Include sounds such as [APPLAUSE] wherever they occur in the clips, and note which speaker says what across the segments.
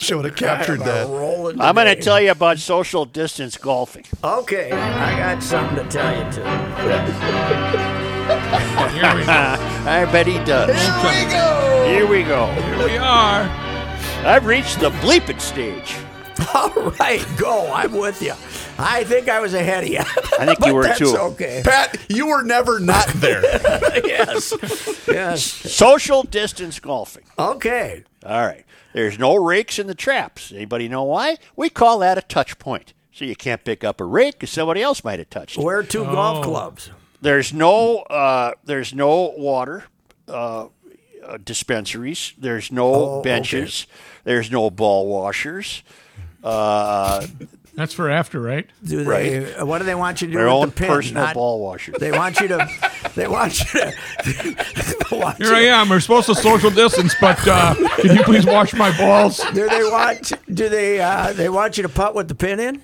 Speaker 1: Should have captured that.
Speaker 2: [LAUGHS] Rolling
Speaker 3: I'm going to
Speaker 2: today.
Speaker 3: tell you about social distance golfing.
Speaker 2: Okay, I got something to tell you too.
Speaker 4: Here we, go.
Speaker 3: I bet he does.
Speaker 2: Here we go.
Speaker 3: Here we go.
Speaker 4: Here we are.
Speaker 3: I've reached the bleeping stage.
Speaker 2: [LAUGHS] All right, go. I'm with you. I think I was ahead of you. [LAUGHS]
Speaker 3: I think you were
Speaker 2: That's
Speaker 3: too.
Speaker 2: okay.
Speaker 1: Pat, you were never not
Speaker 2: [LAUGHS]
Speaker 1: there.
Speaker 2: yes. Yes.
Speaker 3: Social distance golfing.
Speaker 2: Okay.
Speaker 3: All right. There's no rakes in the traps. Anybody know why? We call that a touch point. So you can't pick up a rake because somebody else might have touched. it.
Speaker 2: Wear two
Speaker 4: Oh.
Speaker 2: golf clubs.
Speaker 3: There's no uh, there's no water uh, uh, dispensaries. There's
Speaker 2: Oh,
Speaker 3: no benches. There's no ball washers. Uh,
Speaker 4: That's for after, right?
Speaker 2: Do they, What do they want you to do
Speaker 3: their
Speaker 2: with
Speaker 3: own
Speaker 2: the pin?
Speaker 3: personal
Speaker 2: Not-
Speaker 3: ball washers.
Speaker 2: They want you to. They want you to. [LAUGHS] they want
Speaker 4: Here I
Speaker 2: you-
Speaker 4: am. We're supposed to social distance, but uh, can you please wash my balls?
Speaker 2: Do they want? Do they? Uh, they want you to putt with the pin in?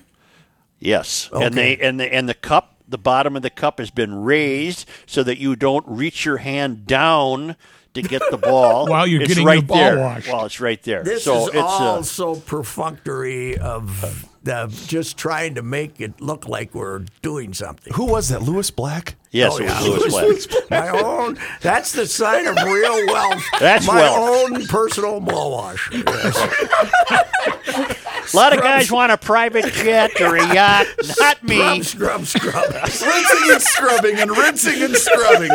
Speaker 3: Yes, and
Speaker 2: Okay.
Speaker 3: they and the and the cup, the bottom of the cup has been raised so that you don't reach your hand down to get the ball
Speaker 4: [LAUGHS] While you're
Speaker 3: It's
Speaker 4: getting
Speaker 3: right
Speaker 4: your ball
Speaker 3: there.
Speaker 4: washed.
Speaker 3: Well, it's right there.
Speaker 2: This
Speaker 3: so
Speaker 2: is
Speaker 3: it's
Speaker 2: all
Speaker 3: uh,
Speaker 2: so perfunctory of the, just trying to make it look like we're doing something. Oh,
Speaker 1: Who was that? Lewis Black?
Speaker 3: yes, it
Speaker 2: yeah. [LAUGHS]
Speaker 3: was Lewis Black.
Speaker 2: My own. That's the sign of real wealth.
Speaker 3: [LAUGHS] That's
Speaker 2: my
Speaker 3: wealth.
Speaker 2: own personal ball wash.
Speaker 3: A lot of guys want a private jet or
Speaker 2: [LAUGHS]
Speaker 3: a yacht. Not me.
Speaker 2: scrub,
Speaker 3: [LAUGHS]
Speaker 2: scrub.
Speaker 1: rinsing and scrubbing and rinsing
Speaker 2: [LAUGHS]
Speaker 1: and scrubbing.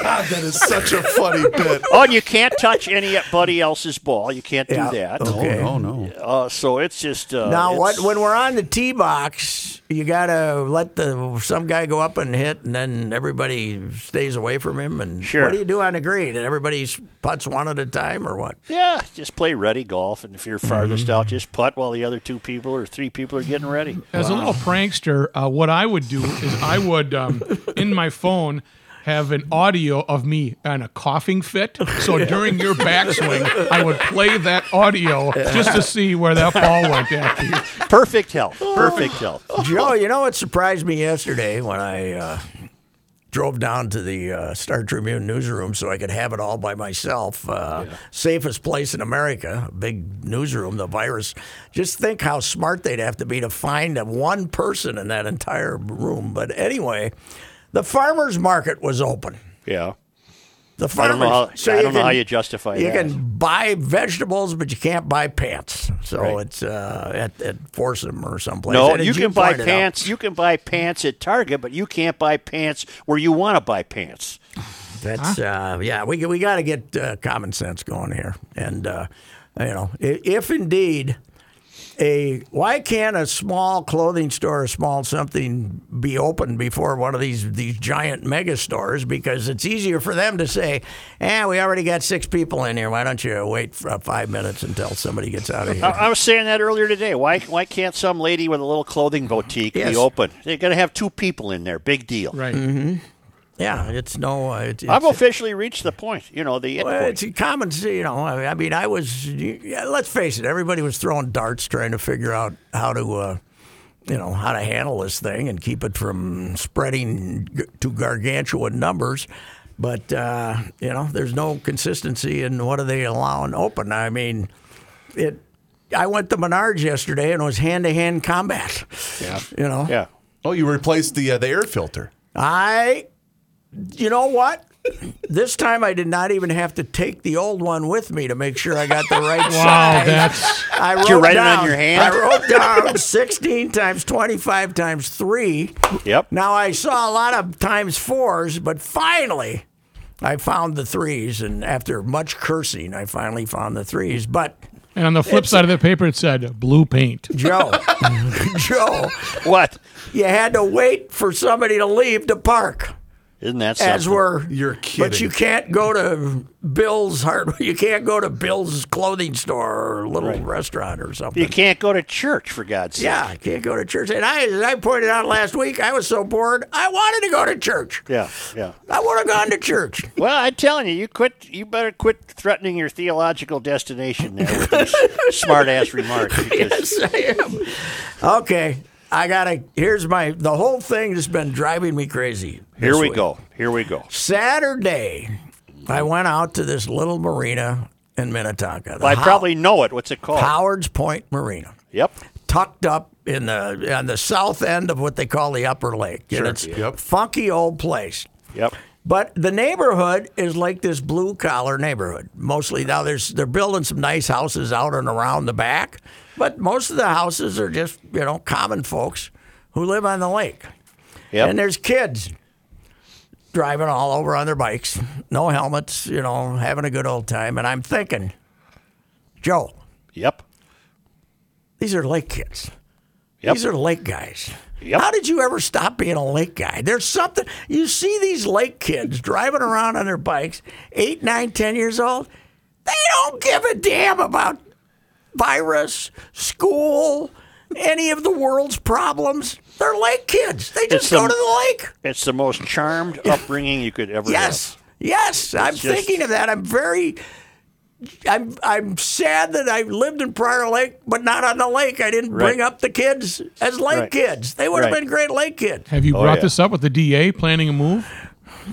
Speaker 1: God, that is such a funny bit.
Speaker 3: Oh, and you can't touch anybody else's ball. You can't do
Speaker 2: Yeah,
Speaker 3: that.
Speaker 2: okay.
Speaker 1: Oh no.
Speaker 3: Uh, so it's just uh,
Speaker 2: Now,
Speaker 3: it's-
Speaker 2: what? When we're on the tee box, you gotta let the some guy go up and hit, and then everybody stays away from him. And
Speaker 3: Sure.
Speaker 2: what do you do on the green? And everybody puts one at a time, or what?
Speaker 3: Yeah, just play ready golf, and if you're farthest
Speaker 2: Mm-hmm.
Speaker 3: out, just putt while the other two people or three people are
Speaker 2: [LAUGHS]
Speaker 3: getting ready.
Speaker 4: As a little prankster, uh, what I would do is I would, um, in my phone, have an audio of me on a coughing fit. So during your backswing, I would play that audio just to see where that ball went after you.
Speaker 3: Perfect health.
Speaker 2: Oh.
Speaker 3: Perfect health.
Speaker 2: Joe, you know what surprised me yesterday when I uh, drove down to the uh, Star Tribune newsroom so I could have it all by myself. Uh, Safest place in America, a big newsroom, the virus. Just think how smart they'd have to be to find a one person in that entire room. But anyway, the farmers market was open.
Speaker 3: Yeah.
Speaker 2: The
Speaker 3: I
Speaker 2: farmers.
Speaker 3: don't know how,
Speaker 2: so
Speaker 3: I don't know
Speaker 2: can-
Speaker 3: how you justify
Speaker 2: you
Speaker 3: that.
Speaker 2: can buy vegetables, but you can't buy pants. So
Speaker 3: Right.
Speaker 2: it's uh, at, at Foursem or someplace.
Speaker 3: no,
Speaker 2: And as
Speaker 3: you can buy
Speaker 2: pointed out-
Speaker 3: pants. You can buy pants at Target, but you can't buy pants where you want to buy pants.
Speaker 2: That's uh, yeah. We we got to get uh, common sense going here, and uh, you know, i- if indeed a why can't a small clothing store, a small something, be open before one of these these giant mega stores? Because it's easier for them to say, "Eh, we already got six people in here. Why don't you wait for uh, five minutes until somebody gets out of
Speaker 3: [LAUGHS] I,
Speaker 2: here?"
Speaker 3: I was saying that earlier today. Why why can't some lady with a little clothing boutique
Speaker 2: Yes.
Speaker 3: be open? They're going to have two people in there. Big deal.
Speaker 4: Right.
Speaker 2: yeah, it's no. Uh, it's,
Speaker 3: I've
Speaker 2: it's-
Speaker 3: officially reached the point. You know the end
Speaker 2: Well,
Speaker 3: point.
Speaker 2: it's common, you know. I I mean, I was. Yeah, let's face it. Everybody was throwing darts, trying to figure out how to, uh, you know, how to handle this thing and keep it from spreading g- to gargantuan numbers. But uh, you know, there's no consistency in what are they allowing open. I mean, it. I went to Menards yesterday and it was hand to hand combat. Yeah. You know.
Speaker 3: Yeah.
Speaker 1: Oh, you replaced the uh, the air filter.
Speaker 2: I you know what? This time I did not even have to take the old one with me to make sure I got the right
Speaker 4: Wow,
Speaker 2: size.
Speaker 4: that's
Speaker 2: I wrote
Speaker 3: you write it on
Speaker 2: down,
Speaker 3: your hand?
Speaker 2: I wrote down 16 times 25 times 3.
Speaker 3: Yep.
Speaker 2: Now I saw a lot of times 4s, but finally I found the 3s and after much cursing I finally found the 3s, but
Speaker 4: and on the flip side of the paper it said blue paint.
Speaker 2: Joe Joe
Speaker 3: What?
Speaker 2: you had to wait for somebody to leave to park.
Speaker 3: Isn't that something?
Speaker 2: As we're
Speaker 1: You're
Speaker 2: but
Speaker 1: kidding.
Speaker 2: you can't go to Bill's hardware. [LAUGHS] You can't go to Bill's clothing store or little restaurant or something.
Speaker 3: you can't go to church for God's sake.
Speaker 2: yeah, I can't go to church. And I, as I pointed out last week, I was so bored. I wanted to go to church.
Speaker 3: Yeah. Yeah.
Speaker 2: I would have gone to church. [LAUGHS]
Speaker 3: Well, I'm telling you, you quit. You better quit threatening your theological destination there with these
Speaker 2: [LAUGHS]
Speaker 3: smart ass remarks. Because
Speaker 2: Yes, I am. Okay, I gotta. Here's my. The whole thing has been driving me crazy.
Speaker 3: here
Speaker 2: this
Speaker 3: we
Speaker 2: week.
Speaker 3: go. Here we go.
Speaker 2: Saturday, I went out to this little marina in Minnetonka. the
Speaker 3: Well, I
Speaker 2: How-
Speaker 3: probably know it. What's it called?
Speaker 2: Howard's Point Marina.
Speaker 3: Yep.
Speaker 2: tucked up in the on the south end of what they call the upper lake. And it's
Speaker 1: Yep.
Speaker 2: funky old place.
Speaker 3: Yep.
Speaker 2: But the neighborhood is like this blue collar neighborhood. Mostly now there's they're building some nice houses out and around the back, but most of the houses are just, you know, common folks who live on the lake.
Speaker 3: Yep.
Speaker 2: And there's kids driving all over on their bikes, no helmets, you know, having a good old time. And I'm thinking, Joe,
Speaker 3: yep.
Speaker 2: these are lake kids.
Speaker 3: Yep.
Speaker 2: These are lake guys.
Speaker 3: Yep.
Speaker 2: How did you ever stop being a lake guy? There's something you see these lake kids driving around on their bikes, eight, nine, ten years old. They don't give a damn about virus, school, any of the world's problems. They're lake kids. They just
Speaker 3: the-
Speaker 2: go to the lake.
Speaker 3: It's the most charmed upbringing you could ever
Speaker 2: Yes, yes. I'm
Speaker 3: just-
Speaker 2: thinking of that. I'm very. I'm I'm sad that I lived in Prior Lake, but not on the lake. I didn't bring
Speaker 3: Right.
Speaker 2: up the kids as lake
Speaker 3: Right.
Speaker 2: kids. They would have
Speaker 3: Right.
Speaker 2: been great lake kids.
Speaker 4: Have you brought
Speaker 3: yeah.
Speaker 4: this up with the DA planning a move?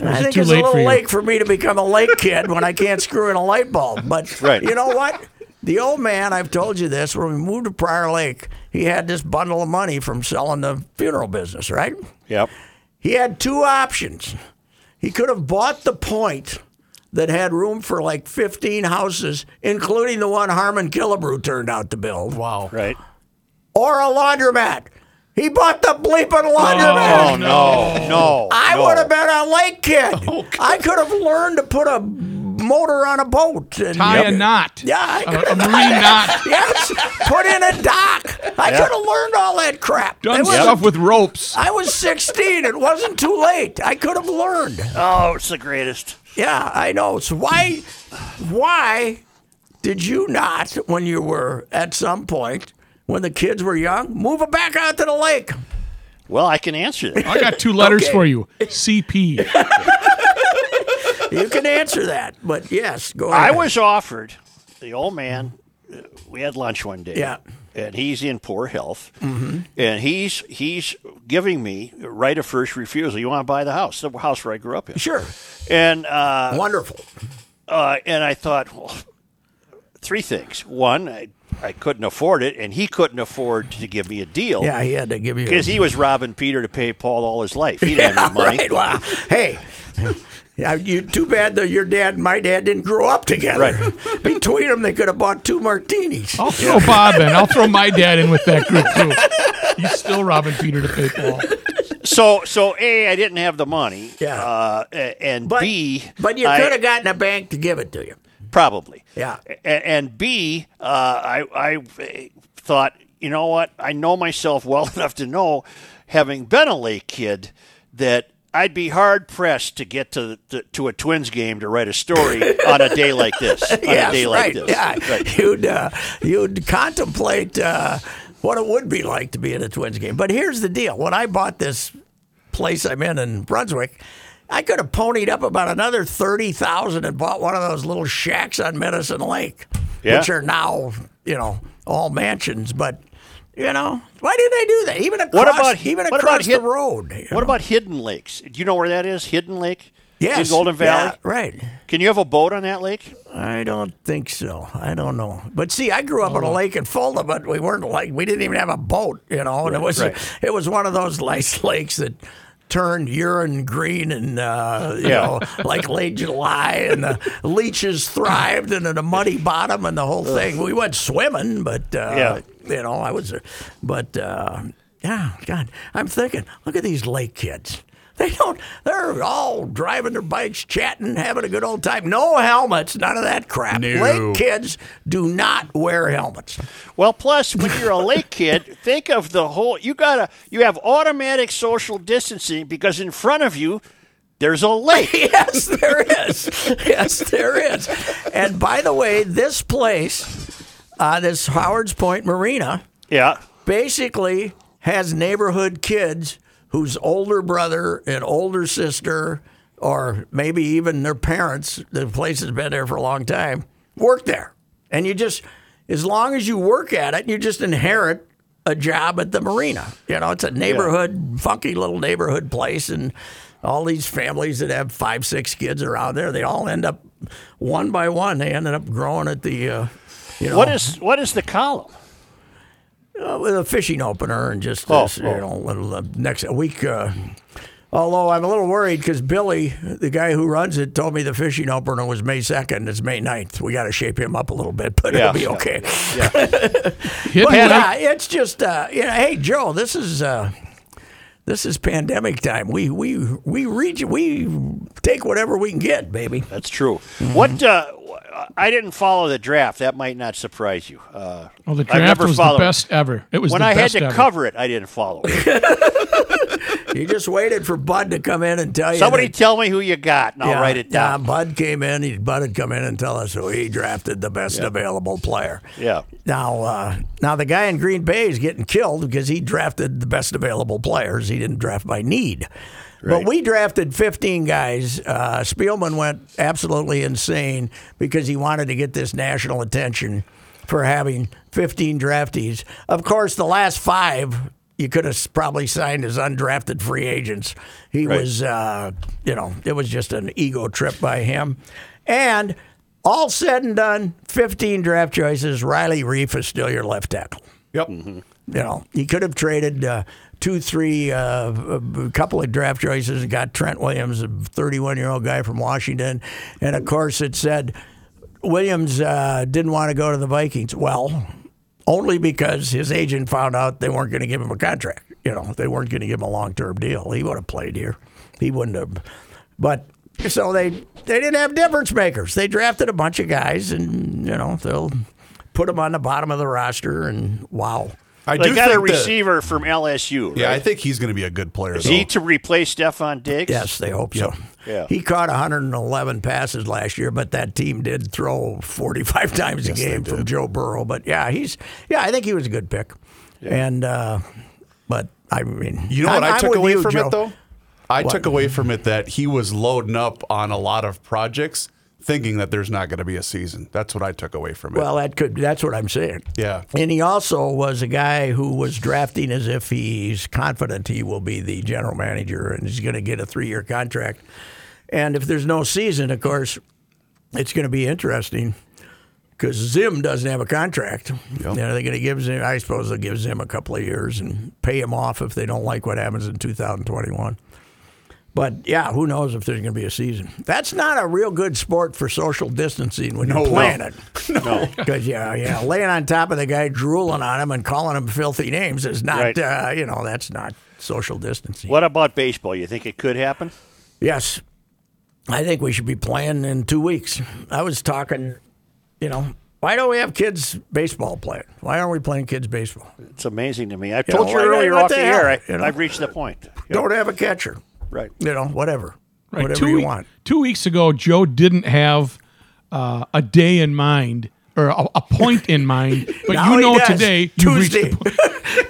Speaker 4: Or is
Speaker 2: I
Speaker 4: it
Speaker 2: think
Speaker 4: too
Speaker 2: it's a
Speaker 4: late
Speaker 2: little
Speaker 4: for you?
Speaker 2: late for me to become a lake kid when I can't screw in a light bulb. But
Speaker 3: [LAUGHS] Right.
Speaker 2: you know what? The old man, I've told you this, when we moved to Prior Lake, he had this bundle of money from selling the funeral business, right?
Speaker 3: have. Yep.
Speaker 2: He had two options. He could have bought the point that had room for like 15 houses, including the one Harmon Killebrew turned out to build. Wow.
Speaker 3: Right.
Speaker 2: Or a laundromat. He bought the bleeping laundromat.
Speaker 3: Oh no. No.
Speaker 2: I
Speaker 3: no.
Speaker 2: would have been a lake
Speaker 4: [LAUGHS]
Speaker 2: kid. I could have learned to put a motor on a boat. And,
Speaker 4: Tie a knot. Uh, um,
Speaker 2: Yeah, I
Speaker 4: A, a marine knot.
Speaker 2: [LAUGHS] Yes, put in a dock. I could have learned all that crap.
Speaker 4: Done
Speaker 2: It was-
Speaker 4: stuff with ropes.
Speaker 2: I was 16. It wasn't too late. I could have learned.
Speaker 3: Oh, it's the greatest.
Speaker 2: Yeah, I know. So why, why did you not, when you were at some point, when the kids were young, move it back out to the lake?
Speaker 3: Well, I can answer that.
Speaker 4: [LAUGHS] I got two letters
Speaker 2: Okay.
Speaker 4: for you. [LAUGHS] CP.
Speaker 2: You can answer that, but yes, go ahead.
Speaker 3: I was offered the old man. uh, We had lunch one day.
Speaker 2: Yeah. Mm-hmm.
Speaker 3: And he's in poor health, and he's he's giving me right of first refusal. You want to buy the house, the house where I grew up in,
Speaker 2: sure,
Speaker 3: and uh,
Speaker 2: wonderful.
Speaker 3: uh, and I thought, well, three things. One, I, I couldn't afford it, and he couldn't afford to give me a deal
Speaker 2: Yeah, he had to give you. [LAUGHS]
Speaker 3: because he was robbing Peter to pay Paul all his life. He didn't have any money.
Speaker 2: right, wow. Hey. Yeah, you too bad that your dad and my dad didn't grow up together.
Speaker 3: Right. Oh,
Speaker 2: Between them, they could have bought two martinis.
Speaker 4: I'll throw Bob in. I'll throw my dad in with that group too. He's still robbing Peter to pay Paul.
Speaker 3: So, so a, I didn't have the money.
Speaker 2: Yeah.
Speaker 3: Uh, a- and
Speaker 2: but,
Speaker 3: b,
Speaker 2: but you
Speaker 3: I-
Speaker 2: could have gotten a bank to give it to you.
Speaker 3: probably.
Speaker 2: Yeah.
Speaker 3: A- And, B, uh, I I I thought, you know what? I know myself well [LAUGHS] enough to know, having been a late kid, that I'd be hard pressed to get to to, to a Twins game to write
Speaker 2: [LAUGHS]
Speaker 3: a story on a day like this. On
Speaker 2: yes,
Speaker 3: a day
Speaker 2: right.
Speaker 3: like this.
Speaker 2: Yeah,
Speaker 3: Right.
Speaker 2: you'd uh, you'd contemplate uh, what it would be like to be in a Twins game. But here's the deal: when I bought this place I'm in in Brunswick, I could have ponied up about another thirty thousand and bought one of those little shacks on Medicine Lake,
Speaker 3: Yeah.
Speaker 2: which are now you know all mansions, but. You know why did they do that? Even across,
Speaker 3: about-
Speaker 2: even
Speaker 3: what about
Speaker 2: across the
Speaker 3: hit-
Speaker 2: road. you
Speaker 3: What
Speaker 2: know?
Speaker 3: about Hidden Lakes? Do you know where that is? Hidden Lake
Speaker 2: yes,
Speaker 3: in Golden Valley.
Speaker 2: Yeah, right.
Speaker 3: Can you have a boat on that lake?
Speaker 2: I don't think so. I don't know. But see, I grew up
Speaker 3: Oh.
Speaker 2: on a lake in Fulda, but we weren't like we didn't even have a boat, you know. And it was
Speaker 3: right.
Speaker 2: [LAUGHS] it was one of those nice lakes that turned urine green and uh, you
Speaker 3: Yeah.
Speaker 2: know like late July, and
Speaker 3: [LAUGHS]
Speaker 2: the leeches thrived and in a muddy bottom and the whole thing. We went swimming, but uh,
Speaker 3: Yeah.
Speaker 2: you know I was, but uh, yeah, God, I'm thinking, look at these lake kids. They don't. They're all driving their bikes, chatting, having a good old time. No helmets, none of that crap.
Speaker 1: No.
Speaker 2: Lake kids do not wear helmets. [LAUGHS]
Speaker 3: Well, plus when you're a late kid, think of the whole. You gotta. You have automatic social distancing because in front of you, there's a
Speaker 1: [LAUGHS]
Speaker 3: lake.
Speaker 2: yes, there is. Yes, there is. And by the way, this place, uh, this Howard's Point Marina,
Speaker 3: yeah.
Speaker 2: basically has neighborhood kids whose older brother and older sister, or maybe even their parents, the place has been there for a long time, work there. And you just, as long as you work at it, you just inherit a job at the marina. You know, it's a neighborhood, funky little neighborhood place. And all these families that have five, six kids around there, they all end up one by one, they ended up growing at the, uh, you know,
Speaker 3: What is what is the column?
Speaker 2: uh, with a fishing opener and just
Speaker 3: Oh,
Speaker 2: this, you
Speaker 3: oh.
Speaker 2: know, little, uh, next week. Uh, although I'm a little worried because Billy, the guy who runs it, told me the fishing opener was May 2nd. It's May 9th. We got to shape him up a little bit, [LAUGHS] but
Speaker 3: Yeah.
Speaker 2: it'll be okay.
Speaker 4: Hidden
Speaker 2: But
Speaker 4: Lake-
Speaker 2: yeah, it's just uh, you know, hey Joe, this is uh, this is pandemic time. We we we reach we take whatever we can get, baby.
Speaker 3: That's true. What? Uh, I didn't follow the draft. That might not surprise you. Uh,
Speaker 4: Oh, the
Speaker 3: I've
Speaker 4: draft
Speaker 3: never
Speaker 4: was
Speaker 3: followed
Speaker 4: the
Speaker 3: it.
Speaker 4: best ever. It was
Speaker 3: When
Speaker 4: the
Speaker 3: I had
Speaker 4: best
Speaker 3: to
Speaker 4: ever.
Speaker 3: cover it, I didn't follow
Speaker 1: [LAUGHS]
Speaker 3: it.
Speaker 2: You just waited for Bud to come in and tell you.
Speaker 3: Somebody
Speaker 2: that-
Speaker 3: tell me who you got, and I'll
Speaker 2: Yeah,
Speaker 3: write it
Speaker 2: yeah,
Speaker 1: um,
Speaker 3: down.
Speaker 2: Bud came in. He, Bud had come in and tell us who he drafted the best available player.
Speaker 3: Yeah.
Speaker 2: Now, uh, now the guy in Green Bay is getting killed because he drafted the best available players. He didn't draft by need. But we drafted 15 guys. Uh, Spielman went absolutely insane because he wanted to get this national attention for having 15 draftees. Of course, the last five you could have probably signed as undrafted free agents. He was, uh, you know, it was just an ego trip by him. And all said and done, 15 draft choices. Riley Reef is still your left tackle.
Speaker 1: Yep.
Speaker 2: You know, he could have traded uh, two, three, uh, a couple of draft choices and got Trent Williams, a 31 year old guy from Washington. And of course, it said Williams uh, didn't want to go to the Vikings. Well, only because his agent found out they weren't going to give him a contract. You know, they weren't going to give him a long term deal. He would have played here. He wouldn't have. But so they they didn't have difference makers. They drafted a bunch of guys, and you know they'll put them on the bottom of the roster. And wow,
Speaker 1: I
Speaker 3: They
Speaker 1: do
Speaker 3: got a
Speaker 1: think that-
Speaker 3: receiver from LSU. Right?
Speaker 1: yeah, I think he's going to be a good player.
Speaker 3: Is he
Speaker 1: though.
Speaker 3: to replace Stefan Diggs?
Speaker 2: Yes, they hope so.
Speaker 3: Yeah.
Speaker 2: He caught 111 passes last year, but that team did throw 45 [LAUGHS] times a game from Joe Burrow. But yeah, he's yeah, I think he was a good pick. And uh, but I mean,
Speaker 1: You know what
Speaker 2: I'm-
Speaker 1: i
Speaker 2: I'm
Speaker 1: took
Speaker 2: with
Speaker 1: away
Speaker 2: you,
Speaker 1: from
Speaker 2: Joe.
Speaker 1: it though? I took away from it that he was loading up on a lot of projects, thinking that there's not going to be a season. That's what I took away from it.
Speaker 2: Well, that could that's what I'm saying.
Speaker 1: Yeah.
Speaker 2: And he also was a guy who was drafting as if he's confident he will be the general manager and he's going to get a 3-year contract. And if there's no season, of course, it's going to be interesting because Zim doesn't have a contract. You know, they're going to give Zim, I suppose they'll give Zim a couple of years and pay him off if they don't like what happens in 2021. But yeah, who knows if there's going to be a season? That's not a real good sport for social distancing when you're
Speaker 1: No,
Speaker 2: playing
Speaker 1: [LAUGHS] no.
Speaker 2: it. Because yeah, yeah, laying on top of the guy, drooling on him, and calling him filthy names is not,
Speaker 3: Right.
Speaker 2: uh, you know, that's not social distancing.
Speaker 3: What about baseball? You think it could happen?
Speaker 2: Yes, I think we should be playing in two weeks. I was talking, you know, why don't we have kids baseball playing? Why aren't we playing kids baseball?
Speaker 3: It's amazing to me. I told you
Speaker 2: why-
Speaker 3: earlier
Speaker 2: what
Speaker 3: off
Speaker 2: the
Speaker 3: the, air.
Speaker 2: hell,
Speaker 3: I,
Speaker 2: you know?
Speaker 3: I've reached the point.
Speaker 2: [LAUGHS]
Speaker 3: Yeah,
Speaker 2: Don't have a catcher,
Speaker 3: right.
Speaker 2: you know, whatever,
Speaker 4: Right,
Speaker 2: whatever
Speaker 4: two
Speaker 2: you
Speaker 4: wee-
Speaker 2: want.
Speaker 4: Two weeks ago, Joe didn't have uh, a day in mind or a, a point
Speaker 2: [LAUGHS]
Speaker 4: in mind, but
Speaker 2: Now
Speaker 4: you
Speaker 2: he
Speaker 4: know
Speaker 2: does.
Speaker 4: today you reached
Speaker 2: Tuesday.
Speaker 4: the point.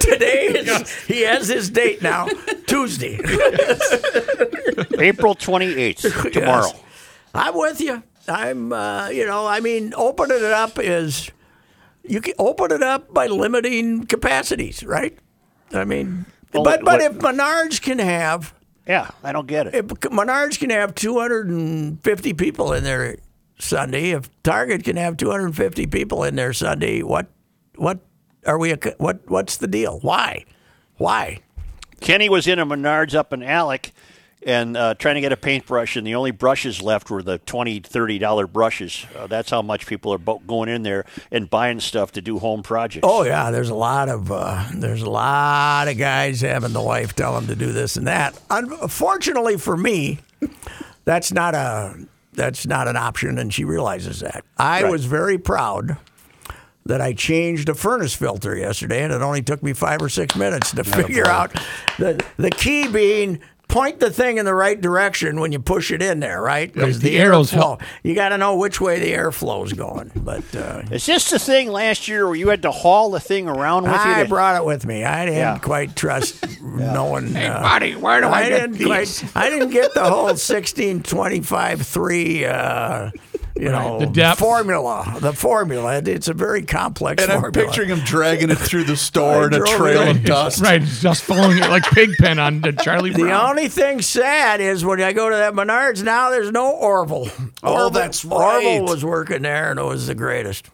Speaker 2: [LAUGHS]
Speaker 4: [LAUGHS]
Speaker 2: today is, he has his date now. [LAUGHS] Tuesday.
Speaker 3: April 28th, tomorrow.
Speaker 2: [LAUGHS] Yes. I'm with you. I'm, uh, you know, I mean, opening it up is you can open it up by limiting capacities, right? I mean,
Speaker 3: Well,
Speaker 2: but but
Speaker 3: what-
Speaker 2: if Menards can have
Speaker 3: Yeah, I don't get it.
Speaker 2: if Menards can have 250 people in there Sunday, if Target can have 250 people in there Sunday, what what are we? What what's the deal? Why? Why?
Speaker 3: Kenny was in a Menards up in Alec and uh, trying to get a paintbrush, and the only brushes left were the 20 $30 brushes. Uh, that's how much people are bo- going in there and buying stuff to do home projects.
Speaker 2: Oh yeah, there's a lot of uh, there's a lot of guys having the wife tell them to do this and that. Unfortunately for me, that's not a that's not an option, and she realizes that. I was very proud that I changed a furnace filter yesterday, and it only took me five or six minutes
Speaker 4: Oh,
Speaker 2: to figure out the the key being. Point the thing in the right direction when you push it in there, right? Because
Speaker 4: The arrows
Speaker 2: flow.
Speaker 4: help.
Speaker 2: You got to know which way the airflow is going. But uh,
Speaker 3: Is this the thing last year where you had to haul the thing around with
Speaker 2: I
Speaker 3: you? to-
Speaker 2: brought it with me. I didn't
Speaker 3: Yeah.
Speaker 2: quite
Speaker 1: [LAUGHS]
Speaker 2: trust knowing. uh,
Speaker 4: buddy, where do I get
Speaker 2: didn't
Speaker 4: these?
Speaker 2: Quite, [LAUGHS] I didn't get the whole 16, 25, 3, uh, you know,
Speaker 4: the depth.
Speaker 2: formula. The formula. It- It's a very complex
Speaker 1: And I'm
Speaker 2: formula.
Speaker 1: picturing him dragging it through
Speaker 2: [LAUGHS]
Speaker 1: the store in a
Speaker 2: drove
Speaker 1: trail
Speaker 2: it.
Speaker 1: of dust.
Speaker 4: Right, it's just following it like Pigpen on the Charlie
Speaker 2: the
Speaker 4: Brown.
Speaker 2: only thing sad is when I go to that Menards now, there's no Orville.
Speaker 1: Oh,
Speaker 2: Orville-
Speaker 1: that's
Speaker 2: Orville
Speaker 1: right.
Speaker 2: was working there and it was the greatest.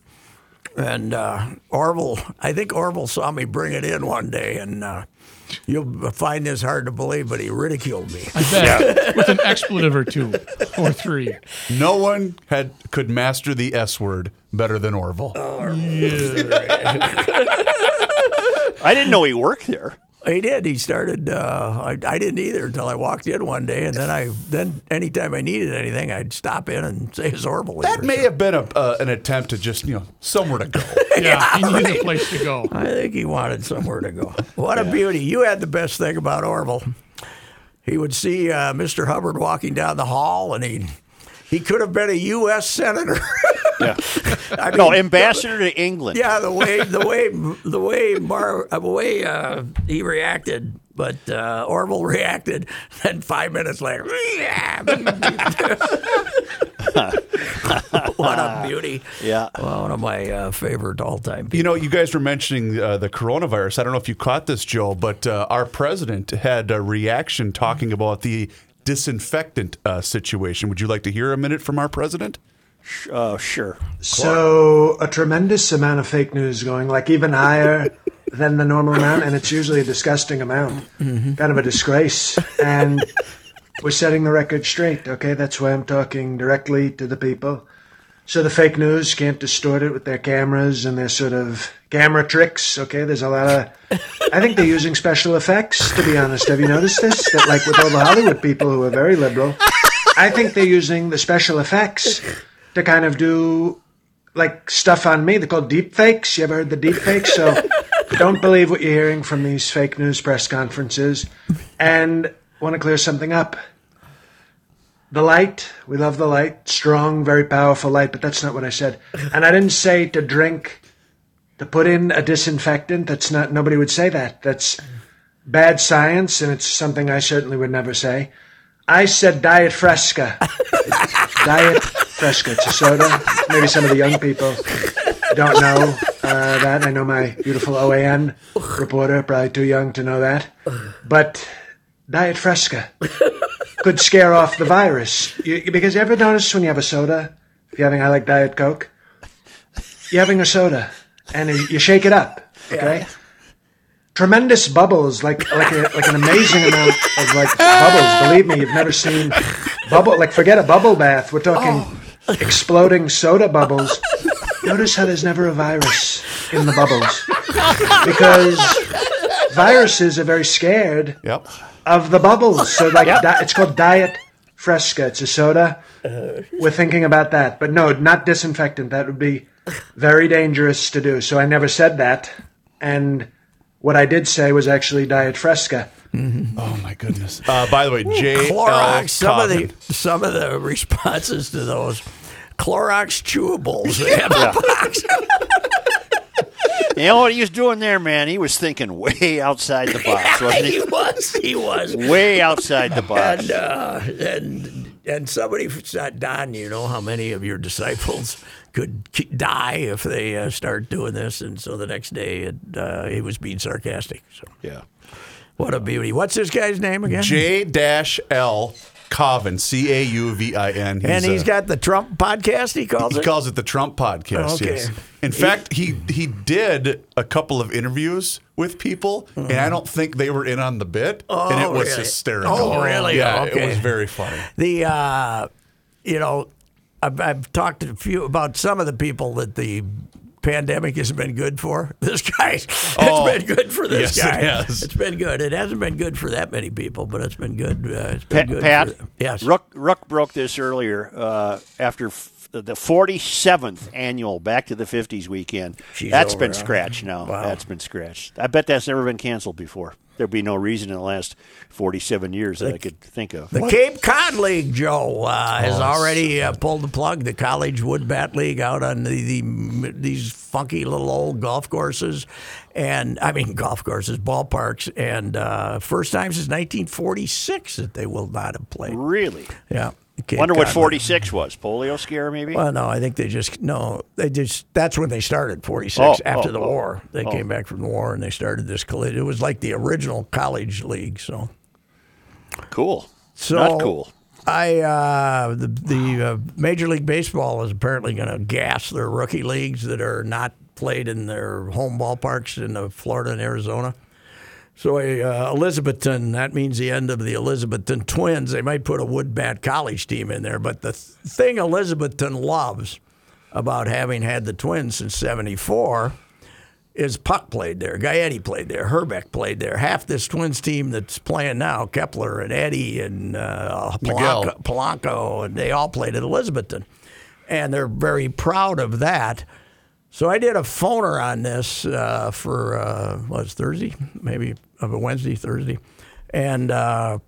Speaker 2: And uh, Orville, I think Orville saw me bring it in one day, and uh, you'll find this hard to believe, but he ridiculed me.
Speaker 4: I bet, with an expletive or two or three.
Speaker 2: [LAUGHS]
Speaker 1: No one had could master the S word better than Orville.
Speaker 3: I didn't know he worked
Speaker 2: [LAUGHS]
Speaker 3: there.
Speaker 2: He did. He started. Uh, I, I didn't either until I walked in one day, and then I then anytime I needed anything, I'd stop in and say his orbital.
Speaker 1: that may have been a, uh, an attempt to just you know somewhere to go.
Speaker 4: Yeah, he needs a place to go.
Speaker 2: I think he wanted somewhere to go. What a beauty! You had the best thing about Orville. He would see uh, Mr. Hubbard walking down the hall, and he he could have been a U.S. senator. [LAUGHS]
Speaker 3: Yeah.
Speaker 2: I
Speaker 3: No,
Speaker 2: mean,
Speaker 3: ambassador to England.
Speaker 2: Yeah, the way the way the way Mar, the way uh, he reacted, but uh, Orville reacted, [LAUGHS] and five minutes later, [LAUGHS] what a beauty!
Speaker 3: Yeah.
Speaker 2: Well, one of my uh, favorite all-time.
Speaker 1: You
Speaker 2: People.
Speaker 1: know, you guys were mentioning uh, the coronavirus. I don't know if you caught this, Joe, but uh, our president had a reaction talking about the disinfectant uh, situation. Would you like to hear a minute from our president?
Speaker 3: Oh, sure.
Speaker 5: So a tremendous amount of fake news going, like even higher than the normal amount, and it's usually a disgusting amount, kind of a disgrace. And we're setting the record straight. Okay, that's why I'm talking directly to the people. So the fake news can't distort it with their cameras and their sort of camera tricks. Okay, there's a lot of. I think they're using special effects. To be honest, have you noticed this? That like with all the Hollywood people who are very liberal, I think they're using the special effects to kind of do like stuff on me. They're called deep fakes. You ever heard the deep fakes? So don't believe what you're hearing from these fake news press conferences. And want to clear something up. The light, we love the light, strong, very powerful light, but that's not what I said. And I didn't say to drink, to put in a disinfectant. That's not, nobody would say that. That's bad science, and it's something I certainly would never say. I said Diet Fresca. Diet Fresca. It's a soda. Maybe some of the young people don't know uh, that. I know my beautiful OAN reporter, probably too young to know that. But Diet Fresca could scare off the virus. You, you- because you ever notice when you have a soda, if you're having, I like Diet Coke, you're having a soda and you you shake it up, okay? Tremendous bubbles, like like a, like an amazing amount of like bubbles. Believe me, you've never seen bubble like forget a bubble bath. We're talking exploding soda bubbles. Notice how there's never a virus in the bubbles because viruses are very scared
Speaker 1: Yep.
Speaker 5: of the bubbles. So like di- it's called Diet Fresca. It's a soda. We're thinking about that, but no, not disinfectant. That would be very dangerous to do. So I never said that, and what I did say was actually Diet Fresca.
Speaker 1: Oh my goodness. Uh, by the way, J.
Speaker 2: Clorox. Some of the some of the responses to those Clorox chewables. They [LAUGHS] have a box.
Speaker 3: You know what he was doing there, man? He was thinking way [LAUGHS] outside the box, wasn't
Speaker 2: he
Speaker 3: he?
Speaker 2: was. He was.
Speaker 3: Way outside the box.
Speaker 2: And uh, and and somebody said, Don, you know how many of your disciples could ki- die if they uh, start doing this? And so the next day, it, uh, he was being sarcastic. So
Speaker 1: Yeah.
Speaker 2: what a beauty! What's this guy's name again?
Speaker 1: J dash L Cauvin, C A U V I N.
Speaker 2: and he's
Speaker 1: uh,
Speaker 2: got the Trump podcast. He calls
Speaker 1: he
Speaker 2: it. Oh,
Speaker 1: calls it the Trump podcast.
Speaker 2: Okay.
Speaker 1: Yes. In fact, he he did a couple of interviews with people, and I don't think they were in on the bit, and it
Speaker 2: Mm-hmm. Oh,
Speaker 1: was
Speaker 2: really?
Speaker 1: hysterical.
Speaker 2: Oh, really?
Speaker 1: Yeah,
Speaker 2: Okay.
Speaker 1: it was very funny.
Speaker 2: the uh, you know I've, I've talked to a few about some of the people that the pandemic has been good for [LAUGHS] this guy it's
Speaker 1: Oh,
Speaker 2: been good for this
Speaker 1: yes,
Speaker 2: guy
Speaker 1: it has.
Speaker 2: it's been good it hasn't been good for that many people but it's been good uh, it's been
Speaker 3: Pat,
Speaker 2: good
Speaker 3: Pat
Speaker 2: for- yes
Speaker 3: Rook, Rook broke this earlier uh, after f- the 47th annual Back to the 50s weekend.
Speaker 2: She's
Speaker 3: that's
Speaker 2: over,
Speaker 3: been
Speaker 2: huh?
Speaker 3: scratched now.
Speaker 2: Wow.
Speaker 3: That's been scratched. I bet that's never been canceled before. There'd be no reason in the last 47 years that I could think of.
Speaker 2: the Cape Cod League, Joe, uh, has already uh, pulled the plug. The College Wood Bat League out on the, the these funky little old golf courses, and I mean [LAUGHS] golf courses, ballparks, and uh, first time since 1946 that they will not have played.
Speaker 3: Really?
Speaker 2: Yeah. Cape
Speaker 3: Wonder what
Speaker 2: Cod
Speaker 3: 46 was. Polio scare, maybe?
Speaker 2: League. Well, no, I think they just no. They just that's when they started 46
Speaker 3: Oh,
Speaker 2: after
Speaker 3: oh,
Speaker 2: the
Speaker 3: oh,
Speaker 2: war. They
Speaker 3: oh.
Speaker 2: came back from the war and they started this collision. It was like the original college league. So
Speaker 3: cool.
Speaker 2: so
Speaker 3: Not cool.
Speaker 2: I uh, the the uh, Major League Baseball is apparently going to gas their rookie leagues that are not played in their home ballparks in uh, Florida and Arizona. So uh, Elizabethton, that means the end of the Elizabethton Twins. They might put a Woodbat College team in there, but the th- thing Elizabethton loves about having had the Twins since '74 is Puck played there, Gaetti played there, Herbeck played there. Half this Twins team that's playing now, Kepler and Eddie and uh,
Speaker 1: Miguel.
Speaker 2: Polanco, Polanco, and they all played at Elizabethton, and they're very proud of that. So I did a phoner on this uh, for uh, was Thursday, maybe of a Wednesday, Thursday, and uh,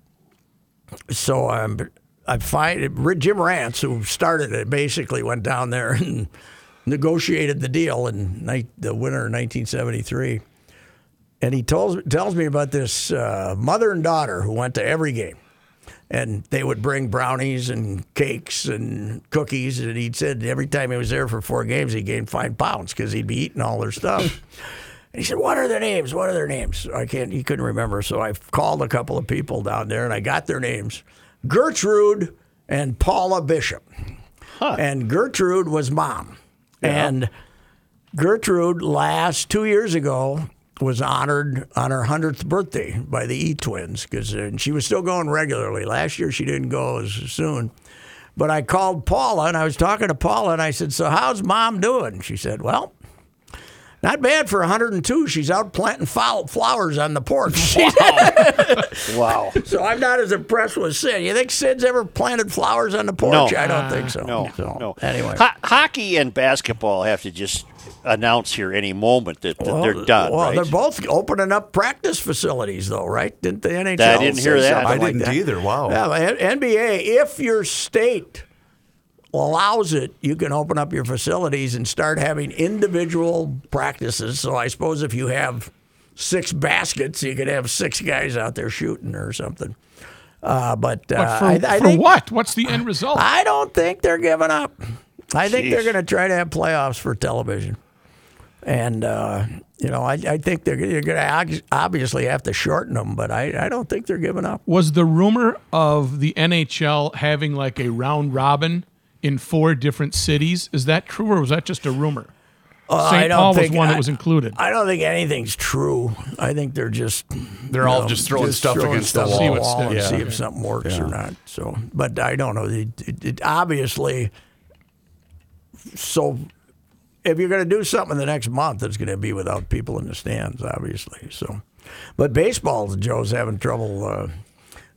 Speaker 2: so I'm I find Jim Rance, who started it, basically went down there [LAUGHS] and negotiated the deal in night, the winter of 1973, and he tells tells me about this uh, mother and daughter who went to every game and they would bring brownies and cakes and cookies. And he said every time he was there for four games, he gained five pounds because he'd be eating all their stuff. and he said, "What are their names? What are their names?" I can't. He couldn't remember. So I called a couple of people down there, and I got their names: Gertrude and Paula Bishop. And Gertrude was mom, and Gertrude last two years ago was honored on her hundredth birthday by the E twins because and she was still going regularly. Last year she didn't go as soon, but I called Paula and I was talking to Paula and I said, "So how's mom doing?" She said, "Well." Not bad for 102. She's out planting fowl- flowers on the
Speaker 3: [LAUGHS]
Speaker 2: porch.
Speaker 3: Wow.
Speaker 2: so I'm not as impressed with Sid. You think Sid's ever planted flowers on the porch? I don't think so.
Speaker 3: Ah, No,
Speaker 2: So,
Speaker 3: no.
Speaker 2: Anyway,
Speaker 3: Ho- hockey and basketball have to just announce here any moment that, that they're done.
Speaker 2: Well,
Speaker 3: right?
Speaker 2: they're both opening up practice facilities, though, right? Didn't the NHL?
Speaker 3: I didn't
Speaker 2: say
Speaker 3: hear that.
Speaker 2: something
Speaker 3: I
Speaker 2: like
Speaker 1: didn't
Speaker 2: that?
Speaker 1: either.
Speaker 4: Oh.
Speaker 1: Wow.
Speaker 2: Yeah, but N- NBA. If your state allows it, you can open up your facilities and start having individual practices. So I suppose if you have six baskets, you could have six guys out there shooting or something. Uh, but, uh,
Speaker 4: But for,
Speaker 2: I, I
Speaker 4: for
Speaker 2: think,
Speaker 4: what? What's the end result?
Speaker 2: I don't think they're giving up. I think they're
Speaker 3: Jeez.
Speaker 2: going to try to have playoffs for television. And, uh, you know, I, I think they're, they're going to obviously have to shorten them, but I, I don't think they're giving up.
Speaker 4: was the rumor of the NHL having like a round robin in four different cities. Is that true or was that just a rumor?
Speaker 2: Uh, I
Speaker 4: St.
Speaker 2: don't
Speaker 4: Paul was
Speaker 2: think-
Speaker 4: one
Speaker 2: I-
Speaker 4: that was included.
Speaker 2: I don't think anything's true. I think they're just um,
Speaker 1: They're all just throwing stuff against the
Speaker 2: See,
Speaker 4: wall. See what
Speaker 2: and
Speaker 4: sticks.
Speaker 2: see
Speaker 4: Yeah.
Speaker 2: if something works or not. So, but I don't know. It, it, it obviously, so if you're going to do something the next month, it's going to be without people in the stands, obviously. So, but baseball, Joe's having trouble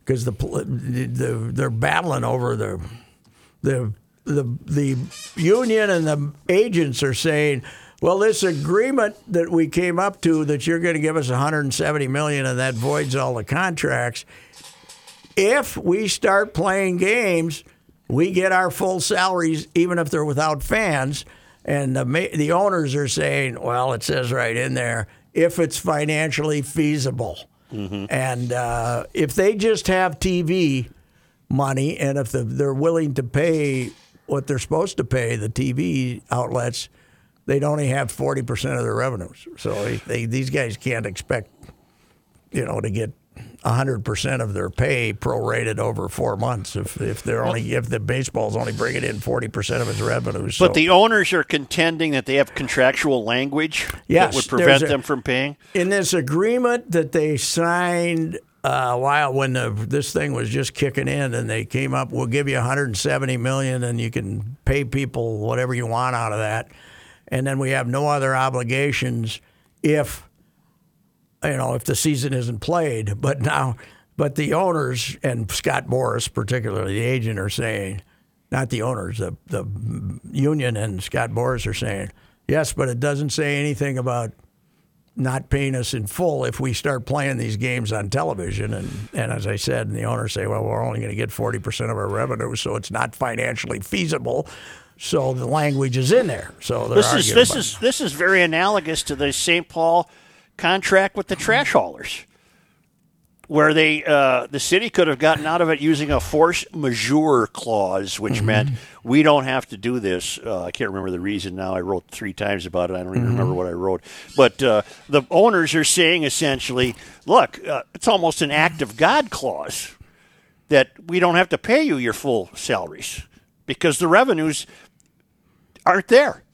Speaker 2: because the, pl- the the they're battling over the the the the union and the agents are saying, well, this agreement that we came up to that you're going to give us 170 million and that voids all the contracts. If we start playing games, we get our full salaries even if they're without fans. And the ma- the owners are saying, well, it says right in there if it's financially feasible. And uh, if they just have TV, money, and if the, they're willing to pay what they're supposed to pay, the TV outlets, they'd only have forty percent of their revenues. So they, they, these guys can't expect, you know, to get 100% of their pay prorated over four months if, if they're only if the baseball's only bringing in 40% of its revenues.
Speaker 3: But
Speaker 2: So-
Speaker 3: the owners are contending that they have contractual language
Speaker 2: Yes,
Speaker 3: that would prevent
Speaker 2: there's a-
Speaker 3: them from paying.
Speaker 2: in this agreement that they signed uh, while when the, this thing was just kicking in, and they came up, we'll give you 170 million, and you can pay people whatever you want out of that, and then we have no other obligations if you know if the season isn't played. But now, but the owners and Scott Boris, particularly the agent, are saying. Not the owners, the, the union and Scott Boris are saying, yes, but it doesn't say anything about not paying us in full if we start playing these games on television. And, and as I said, and the owners say, well, we're only going to get 40% of our revenue, so it's not financially feasible. So the language is in there. So they're
Speaker 3: This is
Speaker 2: arguing
Speaker 3: this
Speaker 2: about-
Speaker 3: is this is very analogous to the St. Paul contract with the trash haulers, where they uh, the city could have gotten out of it using a force majeure clause, which meant we don't have to do this. Uh, I can't remember the reason now. I wrote three times about it. I don't even remember what I wrote. But uh, the owners are saying essentially, look, uh, it's almost an act of God clause that we don't have to pay you your full salaries because the revenues aren't there.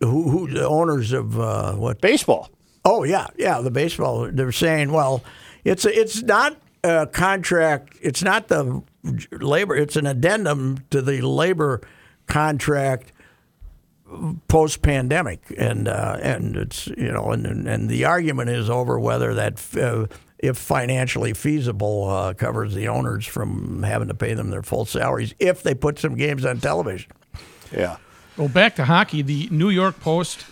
Speaker 2: who, who the owners of uh, what
Speaker 3: Baseball.
Speaker 2: Oh yeah, yeah. The baseball. They're saying, well, it's it's not a contract. It's not the labor. It's an addendum to the labor contract post pandemic, and uh, and it's you know, and- and and the argument is over whether that. Uh, if financially feasible, uh, covers the owners from having to pay them their full salaries if they put some games on television.
Speaker 3: Yeah.
Speaker 4: Well, back to hockey. The New York Post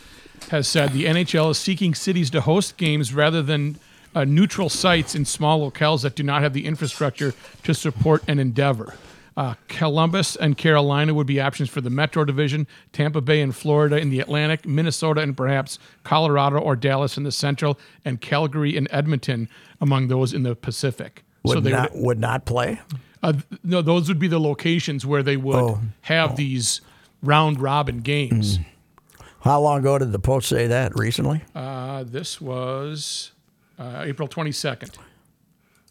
Speaker 4: has said the NHL is seeking cities to host games rather than uh, neutral sites in small locales that do not have the infrastructure to support an endeavor. Uh, Columbus and Carolina would be options for the Metro Division, Tampa Bay and Florida in the Atlantic, Minnesota and perhaps Colorado or Dallas in the Central, and Calgary and Edmonton among those in the Pacific.
Speaker 2: Would
Speaker 4: they
Speaker 2: not would not play.
Speaker 4: uh, th- no, those would be the locations where they would
Speaker 2: Oh.
Speaker 4: have these round robin games.
Speaker 2: How long ago did the Post say that? Recently.
Speaker 4: Uh, this was uh, April 22nd.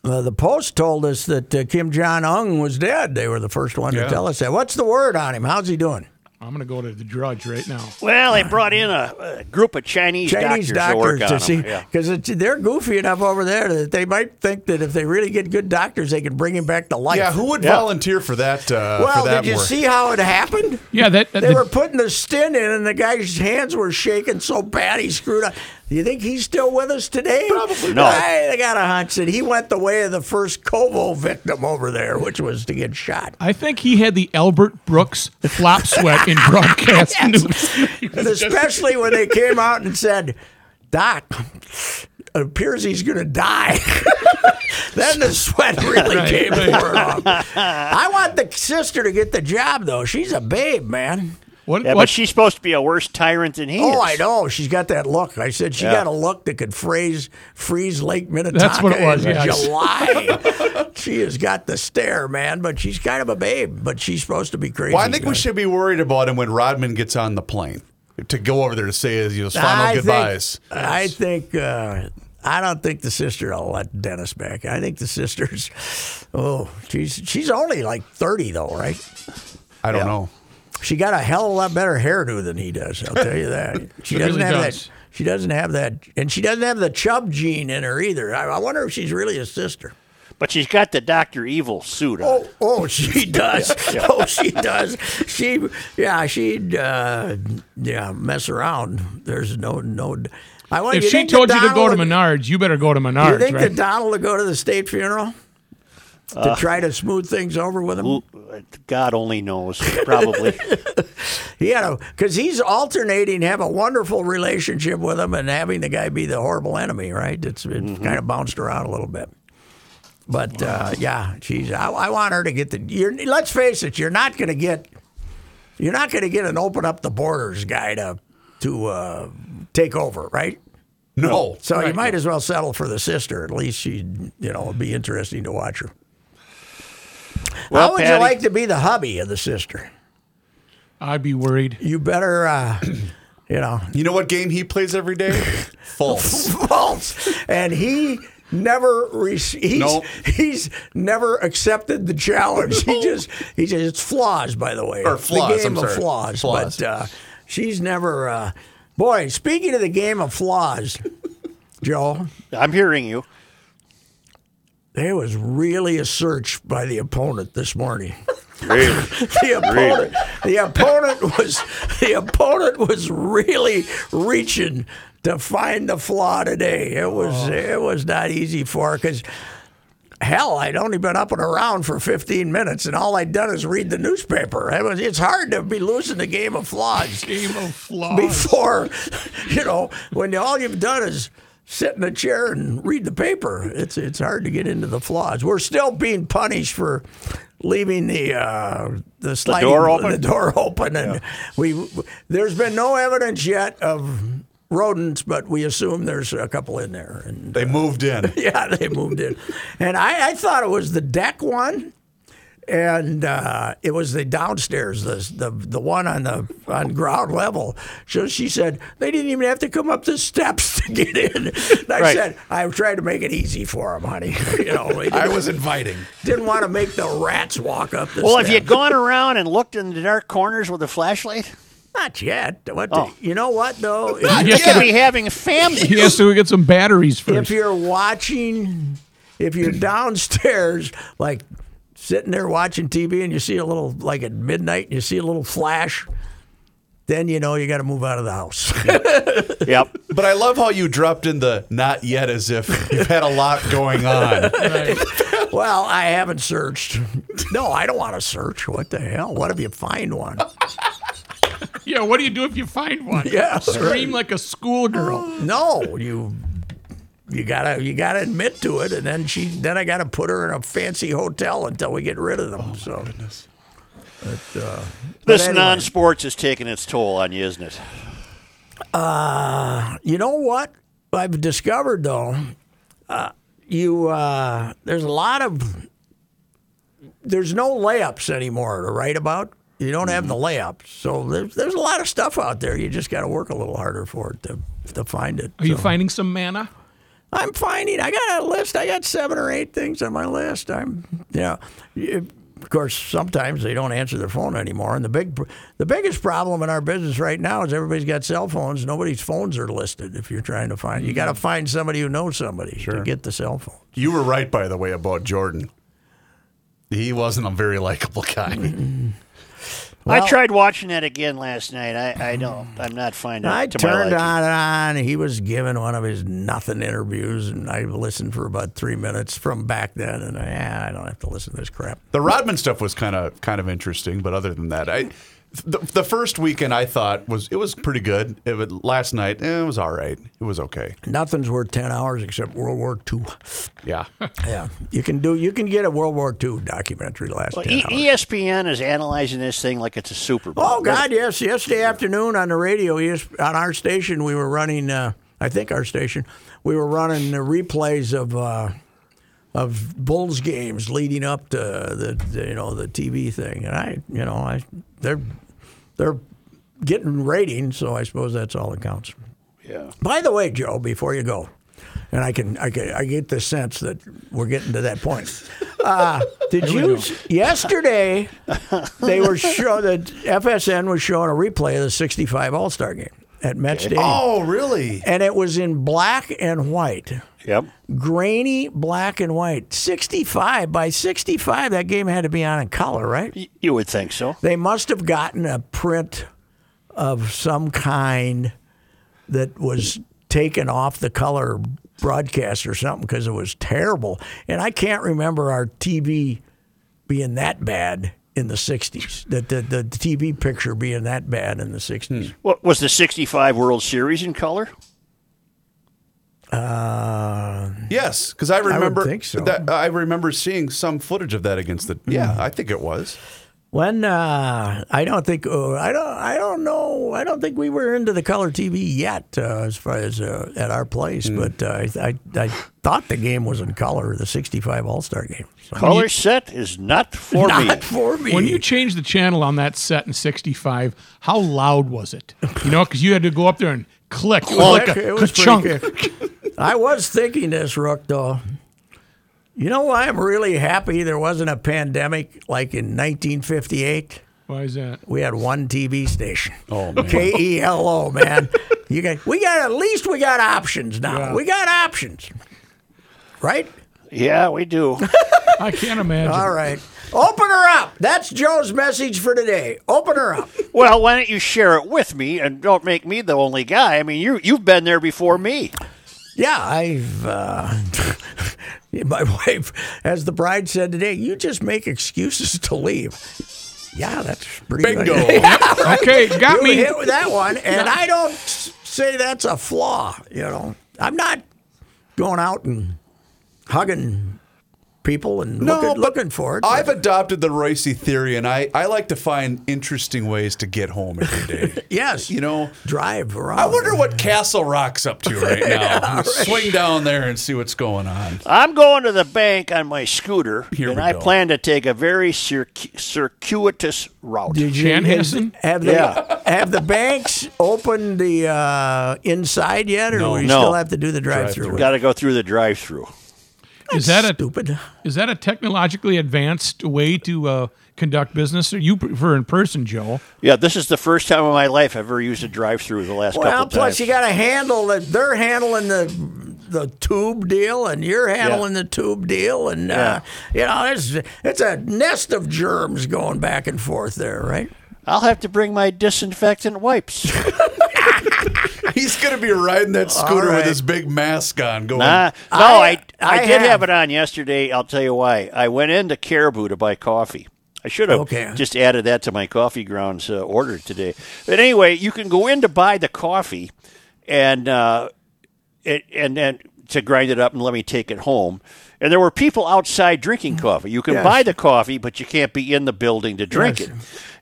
Speaker 2: Uh, the Post told us that uh, Kim Jong Un was dead. They were the first one to
Speaker 4: Yeah.
Speaker 2: tell us that. What's the word on him? How's he doing?
Speaker 4: I'm going to go to the drudge right now.
Speaker 3: Well, they brought in a, a group of Chinese,
Speaker 2: Chinese doctors,
Speaker 3: doctors, to work on
Speaker 2: to see
Speaker 3: him. Yeah.
Speaker 2: because they're goofy enough over there that they might think that if they really get good doctors, they can bring him back to life.
Speaker 1: Yeah, who would volunteer for that? Uh,
Speaker 2: Well,
Speaker 1: for that
Speaker 2: did you
Speaker 1: work?
Speaker 2: see how it happened?
Speaker 4: Yeah, that, that
Speaker 2: They
Speaker 4: the-
Speaker 2: were putting the stint in, and the guy's hands were shaking so bad he screwed up. Do you think he's still with us today? Probably
Speaker 3: not.
Speaker 2: I got a hunch that he went the way of the first Kovo victim over there, which was to get shot.
Speaker 4: I think he had the Albert Brooks flop sweat in
Speaker 2: [LAUGHS]
Speaker 4: broadcast news. He
Speaker 2: And
Speaker 4: was just-
Speaker 2: especially when they came out and said, Doc, it appears he's going to die. [LAUGHS] then the sweat really
Speaker 4: Right,
Speaker 2: came
Speaker 4: right.
Speaker 2: pouring off. I want the sister to get the job, though. She's a babe, man.
Speaker 4: what,
Speaker 3: Yeah,
Speaker 4: what-
Speaker 3: but she's supposed to be a worse tyrant than he is.
Speaker 2: Oh, I know. She's got that look. I said she
Speaker 3: Yeah.
Speaker 2: got a look that could freeze, freeze Lake Minnetonka
Speaker 4: what it was,
Speaker 2: in
Speaker 4: yeah.
Speaker 2: July. she has got the stare, man, but she's kind of a babe, but she's supposed to be crazy.
Speaker 1: Well, I think we
Speaker 2: good.
Speaker 1: should be worried about him when Rodman gets on the plane to go over there to say his you know, his final
Speaker 2: I
Speaker 1: goodbyes.
Speaker 2: Think, I think. Uh, I don't think the sister will let Dennis back. I think the sister's. Oh, she's she's only like thirty though, right?
Speaker 1: I don't know.
Speaker 2: She got a hell of a lot better hairdo than he does. I'll tell you
Speaker 4: [LAUGHS]
Speaker 2: that. She
Speaker 4: She
Speaker 2: doesn't
Speaker 4: really
Speaker 2: have
Speaker 4: does.
Speaker 2: that. She doesn't have that, and she doesn't have the chub gene in her either. I, I wonder if she's really a sister.
Speaker 3: But she's got the Doctor Evil suit on.
Speaker 2: Oh, oh, she
Speaker 4: [LAUGHS]
Speaker 2: does. Oh, she does. She, yeah, she'd, uh, yeah, mess around. There's no, no. I want.
Speaker 4: if
Speaker 2: you
Speaker 4: she
Speaker 2: think
Speaker 4: told
Speaker 2: that
Speaker 4: you to go to
Speaker 2: Donald-
Speaker 4: Menards, you better go to
Speaker 2: Do you
Speaker 4: Menards,
Speaker 2: think
Speaker 4: right?
Speaker 2: that Donald will go to the state funeral to try to smooth things over with him?
Speaker 3: God only knows.
Speaker 2: [LAUGHS]
Speaker 3: Probably.
Speaker 2: He had a because he's alternating have a wonderful relationship with him and having the guy be the horrible enemy. Right? It's it kind of bounced around a little bit. But uh, yeah, geez, I, I want her to get the. You're, let's face it, you're not going to get, you're not going to get an open up the borders guy to to uh, take over, right?
Speaker 1: No.
Speaker 2: So you might as well settle for the sister. At least she, you know, it'd be interesting to watch her.
Speaker 3: Well,
Speaker 2: How would you
Speaker 3: Patty-
Speaker 2: like to be the hubby of the sister?
Speaker 4: I'd be worried.
Speaker 2: You better, uh, [CLEARS THROAT] you know, [LAUGHS]
Speaker 1: You know what game he plays every day? False.
Speaker 2: false. And he never re- he's,
Speaker 1: Nope.
Speaker 2: he's never accepted the challenge. He just he just it's flaws, by the way,
Speaker 1: Or flaws,
Speaker 2: the game
Speaker 1: I'm
Speaker 2: of
Speaker 1: sorry.
Speaker 2: flaws.
Speaker 1: Flaws.
Speaker 2: But uh, she's never. Uh, boy, speaking of the game of flaws, Joe,
Speaker 3: I'm hearing you.
Speaker 2: there was really a search by the opponent this morning.
Speaker 3: Really?
Speaker 2: [LAUGHS] the opponent, the opponent was the opponent was really reaching to find the flaw today. It was it was not easy for because hell, I'd only been up and around for 15 minutes, and all I'd done is read the newspaper. It was, it's hard to be losing the game of flaws
Speaker 4: Game of flaws.
Speaker 2: before [LAUGHS] you know when all you've done is. Sit in a chair and read the paper. It's it's hard to get into the flaws. We're still being punished for leaving the uh, the sliding
Speaker 3: door open?
Speaker 2: the door [LAUGHS] open, and we there's been no evidence yet of rodents, but we assume there's a couple in there. And
Speaker 1: They moved in.
Speaker 2: [LAUGHS] yeah, they moved in. And I, I thought it was the deck one, and uh, it was the downstairs, the, the the one on the on ground level. So she said they didn't even have to come up the steps to get in. And I
Speaker 3: Right.
Speaker 2: said I was trying to make it easy for them, honey. [LAUGHS] You know, we
Speaker 1: I
Speaker 2: didn't,
Speaker 1: was inviting.
Speaker 2: didn't want to make the rats walk up the.
Speaker 3: Well,
Speaker 2: steps.
Speaker 3: have you gone around and looked in the dark corners with a flashlight?
Speaker 2: not yet. What
Speaker 3: Oh.
Speaker 2: you know? What though?
Speaker 3: [LAUGHS] You could be having
Speaker 2: [LAUGHS]
Speaker 3: a family.
Speaker 4: [LAUGHS] He has to get some batteries
Speaker 2: if
Speaker 4: first.
Speaker 2: you're watching, if you're downstairs, like sitting there watching TV and you see a little, like at midnight, and you see a little flash, then you know you got to move out of the house. [LAUGHS]
Speaker 3: yep.
Speaker 1: But I love how you dropped in the not yet as if you've had a lot going on.
Speaker 2: well, I haven't searched. No, I don't want to search. What the hell? What if you find one?
Speaker 4: Yeah, what do you do if you find one?
Speaker 2: [LAUGHS] Yeah. Oh.
Speaker 4: Scream like a schoolgirl.
Speaker 2: No, you. You gotta, you gotta admit to it, and then she, then I gotta put her in a fancy hotel until we get rid of them. so, But, uh,
Speaker 3: This
Speaker 2: anyway.
Speaker 3: non sports is taking its toll on you, isn't it?
Speaker 2: You know what I've discovered though, uh, you uh, there's a lot of there's no layups anymore to write about. You don't have the layups, so there's there's a lot of stuff out there. You just got to work a little harder for it to to find it.
Speaker 4: Are you
Speaker 2: So,
Speaker 4: finding some mana?
Speaker 2: I'm finding. I got a list. I got seven or eight things on my list. I'm yeah. You- Of course, sometimes they don't answer their phone anymore, and the big pr- the biggest problem in our business right now is everybody's got cell phones. Nobody's phones are listed. If you're trying to find, you got to find somebody who knows somebody to get the cell phone.
Speaker 1: You were right, by the way, about Jordan. He wasn't a very likable guy.
Speaker 3: I tried watching that again last night. I, I don't. I'm not finding
Speaker 2: I
Speaker 3: it to my
Speaker 2: turned
Speaker 3: liking.
Speaker 2: on and on. He was giving one of his nothing interviews, and I listened for about three minutes from back then, and I, I don't have to listen to this crap.
Speaker 1: The Rodman stuff was kind of kind of interesting, but other than that, I the, the first weekend I thought was it was pretty good. It was, last night eh, it was all right. It was okay.
Speaker 2: Nothing's worth ten hours except World War II.
Speaker 1: Yeah.
Speaker 2: Yeah, you can do. You can get a World War II documentary last.
Speaker 3: Well,
Speaker 2: 10
Speaker 3: E-
Speaker 2: hours.
Speaker 3: ESPN is analyzing this thing like it's a Super Bowl.
Speaker 2: Oh God, yes. Yesterday afternoon on the radio, ES- on our station, we were running. Uh, I think our station, we were running the replays of uh, of Bulls games leading up to the, the you know the TV thing, and I you know I they're they're getting ratings, so I suppose that's all that counts.
Speaker 3: Yeah.
Speaker 2: By the way, Joe, before you go, and I can I can I get the sense that we're getting to that point. [LAUGHS] Uh, did you yesterday? They were show that FSN was showing a replay of the '65 All Star Game at Met Stadium,
Speaker 1: Oh, really?
Speaker 2: and it was in black and white,
Speaker 3: Yep.
Speaker 2: grainy black and white. '65 by '65, that game had to be on in color, right?
Speaker 3: Y- You would think so.
Speaker 2: They must have gotten a print of some kind that was taken off the color broadcast or something because it was terrible. And I can't remember our TV being that bad in the 60s, that the, the TV picture being that bad in the 60s.
Speaker 3: What was the '65 World Series in color?
Speaker 1: Yes, because I remember.
Speaker 2: think so.
Speaker 1: that- I remember seeing some footage of that against the. Yeah, I think it was.
Speaker 2: When uh, I don't think uh, I don't I don't know I don't think we were into the color TV yet uh, as far as uh, at our place, but uh, I, I I thought the game was in color, the '65 All Star game. So-
Speaker 3: Color set is not for me.
Speaker 2: Not [LAUGHS] for me.
Speaker 4: When you changed the channel on that set in 65, how loud was it? You know, because you had to go up there and click. It was
Speaker 2: Click.
Speaker 4: like a
Speaker 2: It was
Speaker 4: chunk.
Speaker 2: pretty good. I was thinking this, Rook, though. You know why I'm really happy there wasn't a pandemic like in 1958?
Speaker 4: Why is that?
Speaker 2: We had one TV station.
Speaker 1: Oh, man.
Speaker 2: K E L O, [LAUGHS] man. You got, we got at least we got options now.
Speaker 4: Yeah.
Speaker 2: We got options, right?
Speaker 3: Yeah, we
Speaker 2: [LAUGHS]
Speaker 3: do.
Speaker 4: I can't imagine.
Speaker 2: All right, open her up. That's Joe's message for today. Open her up.
Speaker 3: well, why don't you share it with me and don't make me the only guy? I mean, you you've been there before me.
Speaker 2: Yeah, I've. Uh, [LAUGHS] my wife, as the bride said today, you just make excuses to leave. Yeah, that's pretty
Speaker 1: Bingo.
Speaker 2: much- [LAUGHS]
Speaker 4: Okay, got
Speaker 2: you
Speaker 4: me.
Speaker 2: hit with that one, and I don't s- say that's a flaw. You know, I'm not going out and hugging people and
Speaker 1: No,
Speaker 2: looking,
Speaker 1: but
Speaker 2: looking for it.
Speaker 1: I've adopted the Roycey theory, and I, I like to find interesting ways to get home every [LAUGHS] day.
Speaker 2: yes,
Speaker 1: You know,
Speaker 2: drive around.
Speaker 1: I wonder what Castle Rock's up to [LAUGHS] right now. Swing down there and see what's going on.
Speaker 3: I'm going to the bank on my scooter,
Speaker 1: Here
Speaker 3: and
Speaker 1: we
Speaker 3: I
Speaker 1: go.
Speaker 3: plan to take a very circu- circuitous route.
Speaker 2: Did you-
Speaker 4: Shan
Speaker 2: has-
Speaker 4: Hessen?
Speaker 2: Have the have the banks opened the uh, inside yet, or
Speaker 1: No.
Speaker 2: we
Speaker 3: No.
Speaker 2: still have to do the drive-through?
Speaker 1: Drive-through.
Speaker 3: Got to go through the drive-through.
Speaker 4: Is that a
Speaker 2: Stupid.
Speaker 4: is that a technologically advanced way to uh, conduct business? Or you prefer in person, Joe?
Speaker 3: Yeah, this is the first time in my life I've ever used a drive-through. The last
Speaker 2: Well,
Speaker 3: couple
Speaker 2: plus
Speaker 3: times.
Speaker 2: you got to handle that. They're handling the the tube deal, and you're handling the tube deal, and uh, you know it's it's a nest of germs going back and forth there, right?
Speaker 3: I'll have to bring my disinfectant wipes.
Speaker 1: He's going to be riding that scooter
Speaker 2: right.
Speaker 1: with his big mask on, going.
Speaker 3: Nah, no,
Speaker 2: I-
Speaker 3: I, I,
Speaker 2: I
Speaker 3: did
Speaker 2: have.
Speaker 3: have it on yesterday. I'll tell you why. I went into Caribou to buy coffee. I should have
Speaker 2: Okay.
Speaker 3: just added that to my coffee grounds uh, order today. But anyway, you can go in to buy the coffee, and uh, it, and then to grind it up and let me take it home. And there were people outside drinking coffee. You can
Speaker 2: Mm. Yes.
Speaker 3: buy the coffee, but you can't be in the building to drink it.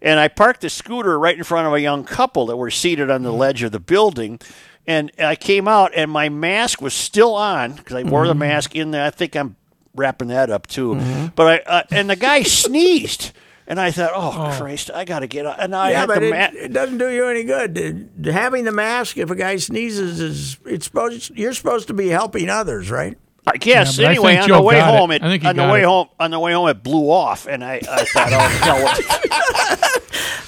Speaker 3: And I parked the scooter right in front of a young couple that were seated on the
Speaker 2: Mm.
Speaker 3: ledge of the building. And I came out, and my mask was still on because I wore the
Speaker 2: Mm-hmm.
Speaker 3: mask in there. I think I'm wrapping that up too. But I uh, and the guy [LAUGHS] sneezed, and I thought, "Oh, Christ, I got to get out." And I
Speaker 2: yeah,
Speaker 3: had
Speaker 2: but
Speaker 3: the
Speaker 2: it,
Speaker 3: mask.
Speaker 2: it doesn't do you any good. Uh, Having the mask, if a guy sneezes, is it's supposed you're supposed to be helping others, right?
Speaker 3: I guess
Speaker 4: Yeah, but I
Speaker 3: anyway,
Speaker 4: think
Speaker 3: on
Speaker 4: Joe
Speaker 3: the way
Speaker 4: got it.
Speaker 3: home, it,
Speaker 4: I think he
Speaker 3: on the
Speaker 4: got
Speaker 3: way
Speaker 4: it.
Speaker 3: home on the way home it blew off, and I, I thought, oh
Speaker 2: [LAUGHS]
Speaker 3: no, what-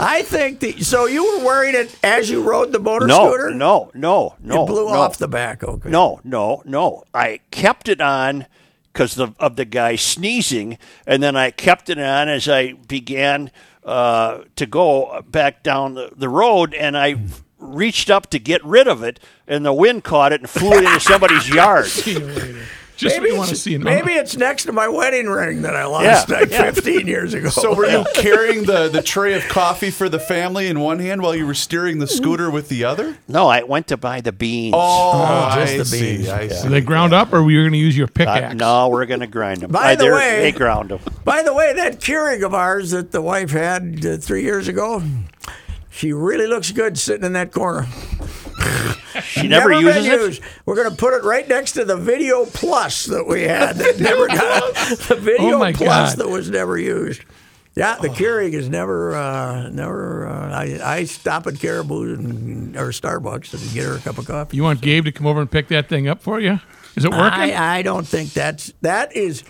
Speaker 2: I think that. So you were wearing it as you rode the motor
Speaker 3: no,
Speaker 2: scooter.
Speaker 3: no, no, no,
Speaker 2: it blew
Speaker 3: no,
Speaker 2: off the back. Okay.
Speaker 3: no, no, no. I kept it on because of the guy sneezing, and then I kept it on as I began uh, to go back down the, the road, and I reached up to get rid of it, and the wind caught it and flew it into
Speaker 2: [LAUGHS]
Speaker 3: somebody's yard.
Speaker 4: See you later. Just what
Speaker 2: Maybe
Speaker 4: you want to
Speaker 2: it's-
Speaker 4: see. an-
Speaker 2: maybe it's next to my wedding ring that I lost
Speaker 3: Yeah,
Speaker 2: like
Speaker 3: yeah.
Speaker 2: 15 years ago. [LAUGHS]
Speaker 1: So were [LAUGHS] you carrying the, the tray of coffee for the family in one hand while you were steering the scooter with the other?
Speaker 3: No, I went to buy the beans.
Speaker 1: [LAUGHS] Oh,
Speaker 2: just
Speaker 1: I
Speaker 2: the
Speaker 1: see,
Speaker 2: beans.
Speaker 1: I
Speaker 4: Are
Speaker 1: see.
Speaker 4: they ground up, or were you going to use your
Speaker 3: Uh,
Speaker 4: pickaxe?
Speaker 3: no, we're gonna grind them.
Speaker 2: By the
Speaker 3: they're-
Speaker 2: way-
Speaker 3: they ground them.
Speaker 2: By the way, that Keurig of ours that the wife had uh, three years ago, she really looks good sitting in that corner.
Speaker 3: She never,
Speaker 2: been
Speaker 3: uses it.
Speaker 2: used. We're going to put it right next to the Video Plus that we had that never got the Video
Speaker 4: Oh, my
Speaker 2: Plus
Speaker 4: God.
Speaker 2: that was never used. Yeah, the Keurig is never, uh, never. Uh, I, I stop at Caribou and, or Starbucks and get her a cup of coffee.
Speaker 4: You want Gabe to come over and pick that thing up for you? Is it working?
Speaker 2: I, I don't think that's that is.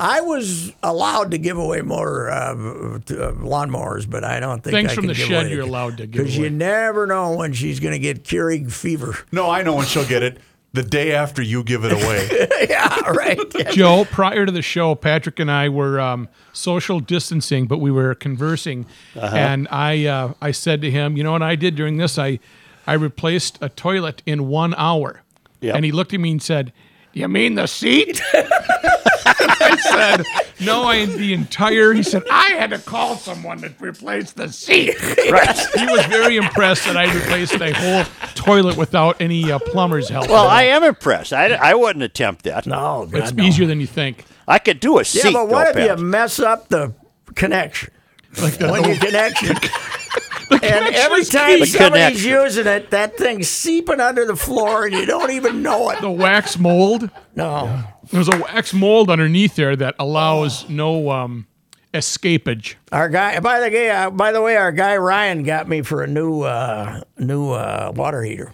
Speaker 2: I was allowed to give away more uh, to, uh, lawnmowers, but I don't think
Speaker 4: Things
Speaker 2: I
Speaker 4: from
Speaker 2: can
Speaker 4: the
Speaker 2: give
Speaker 4: shed
Speaker 2: away-
Speaker 4: you're allowed to give
Speaker 2: you
Speaker 4: away.
Speaker 2: never know when she's going to get Keurig fever. [LAUGHS]
Speaker 1: No, I know when she'll get it. The day after you give it [LAUGHS] away.
Speaker 2: yeah, right.
Speaker 4: Joe, prior to the show, Patrick and I were um, social distancing, but we were conversing,
Speaker 3: Uh-huh.
Speaker 4: and I uh, I said to him, you know what I did during this? I I replaced a toilet in one hour,
Speaker 3: Yep.
Speaker 4: and he looked at me and said, [LAUGHS] "You mean the
Speaker 2: [LAUGHS]
Speaker 4: seat?" I said, "No, I the entire." He said, "I had to call someone to replace the
Speaker 2: [LAUGHS]
Speaker 4: seat." Right. he was very impressed that I replaced a whole toilet without any uh, plumber's help.
Speaker 3: Well, I am impressed. I, I wouldn't attempt that.
Speaker 2: No, God,
Speaker 4: It's
Speaker 2: no.
Speaker 4: easier than you think.
Speaker 3: I could do a
Speaker 2: Yeah,
Speaker 3: seat.
Speaker 2: but
Speaker 3: though,
Speaker 2: what if
Speaker 3: Pat.
Speaker 2: you mess up the connection?
Speaker 4: Like the,
Speaker 2: When you
Speaker 4: [LAUGHS]
Speaker 2: connection. And every
Speaker 4: connection's
Speaker 2: time
Speaker 3: The
Speaker 2: somebody's
Speaker 3: connection.
Speaker 2: using it, that thing's seeping under the floor, and you don't even know
Speaker 4: [LAUGHS]
Speaker 2: it.
Speaker 4: the wax mold.
Speaker 2: No,
Speaker 4: There's a wax mold underneath there that allows no um, escapage.
Speaker 2: Our guy, by the guy, uh, by the way, our guy Ryan got me for a new uh, new uh, water heater.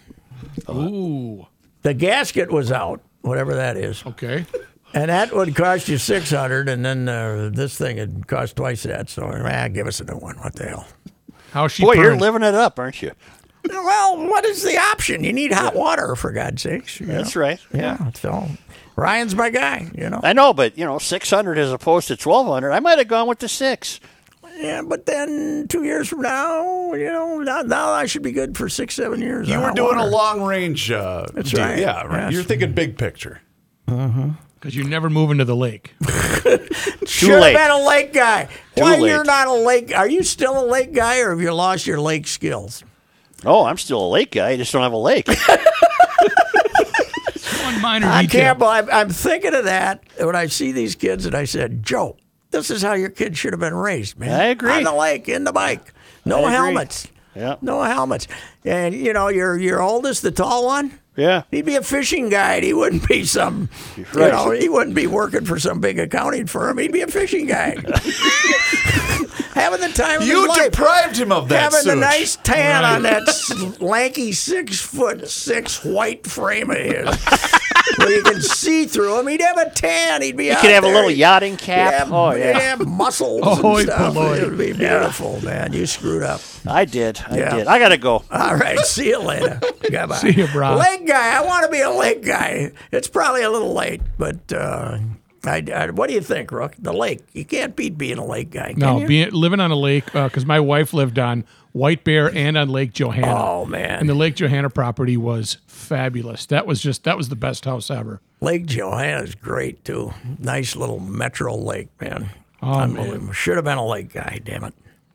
Speaker 4: Ooh.
Speaker 2: The gasket was out, whatever that is.
Speaker 4: Okay.
Speaker 2: And that would cost you 600 and then uh, this thing would cost twice that. So, ah, give us a new one. What the hell?
Speaker 4: How she
Speaker 3: Boy, you're
Speaker 4: burned.
Speaker 3: living it up, aren't you?
Speaker 2: Well, what is the option? You need hot water, for God's sakes. you
Speaker 3: That's
Speaker 2: know?
Speaker 3: right.
Speaker 2: Yeah. So, Ryan's my guy, you know.
Speaker 3: I know, but you know, six hundred as opposed to twelve hundred. I might have gone with the six.
Speaker 2: Yeah, but then two years from now, you know, now, now I should be good for six, seven years.
Speaker 1: You
Speaker 2: on
Speaker 1: were
Speaker 2: hot
Speaker 1: doing a
Speaker 2: water.
Speaker 1: long range. Uh, deal.
Speaker 2: right.
Speaker 1: Yeah, right.
Speaker 2: Yes.
Speaker 1: You're thinking big picture.
Speaker 4: Because you're never moving to the lake.
Speaker 3: Too
Speaker 2: Should
Speaker 3: late.
Speaker 2: have been a lake guy. Why
Speaker 3: late.
Speaker 2: you're not a lake? Are you still a lake guy, or have you lost your lake skills?
Speaker 3: Oh, I'm still a lake guy. I just don't have
Speaker 2: [LAUGHS]
Speaker 3: a lake.
Speaker 4: [LAUGHS] One minor
Speaker 2: I
Speaker 4: detail.
Speaker 2: can't. believe I'm thinking of that when I see these kids, and I said, Joe, this is how your kids should have been raised, man.
Speaker 3: I agree.
Speaker 2: On the lake, in the bike, no
Speaker 3: I agree.
Speaker 2: helmets.
Speaker 3: Yeah.
Speaker 2: No helmets. And you know, your your oldest, the tall one.
Speaker 3: Yeah.
Speaker 2: He'd be a fishing guide. He wouldn't be some, you
Speaker 3: Right.
Speaker 2: know, he wouldn't be working for some big accounting firm. He'd be a fishing
Speaker 3: [LAUGHS]
Speaker 2: guide. Having the time of
Speaker 1: You
Speaker 2: his life.
Speaker 1: deprived him of that.
Speaker 2: Having the
Speaker 1: Such.
Speaker 2: nice tan on that s- lanky six foot six white frame of
Speaker 4: [LAUGHS]
Speaker 2: his. Where you can see through him. He'd have a tan. He'd be
Speaker 3: You
Speaker 2: out
Speaker 3: could have a
Speaker 2: there.
Speaker 3: little yachting
Speaker 2: He'd
Speaker 3: cap.
Speaker 2: have,
Speaker 3: oh
Speaker 2: he'd
Speaker 3: yeah,
Speaker 2: have
Speaker 4: [LAUGHS]
Speaker 2: muscles
Speaker 4: Ahoy,
Speaker 2: and stuff.
Speaker 4: Poloy.
Speaker 2: It'd be beautiful, man. You screwed up.
Speaker 3: I did. I
Speaker 2: Yeah.
Speaker 3: did. I gotta go.
Speaker 2: All right, see you
Speaker 4: [LAUGHS]
Speaker 2: later. Goodbye.
Speaker 4: See you, Brock.
Speaker 2: Lake guy. I want to be a lake guy. It's probably a little late, but uh, I, I- what do you think, Rook? The lake. You can't beat being a lake guy. Can
Speaker 4: No,
Speaker 2: you?
Speaker 4: being, living on a lake, because my wife lived on White Bear and on Lake Johanna.
Speaker 2: oh man,
Speaker 4: And the Lake Johanna property was fabulous. That was just, that was the best house ever.
Speaker 2: Lake Johanna's great too. Nice little metro lake, man. Unbelievable. Should have been a lake guy. Damn it.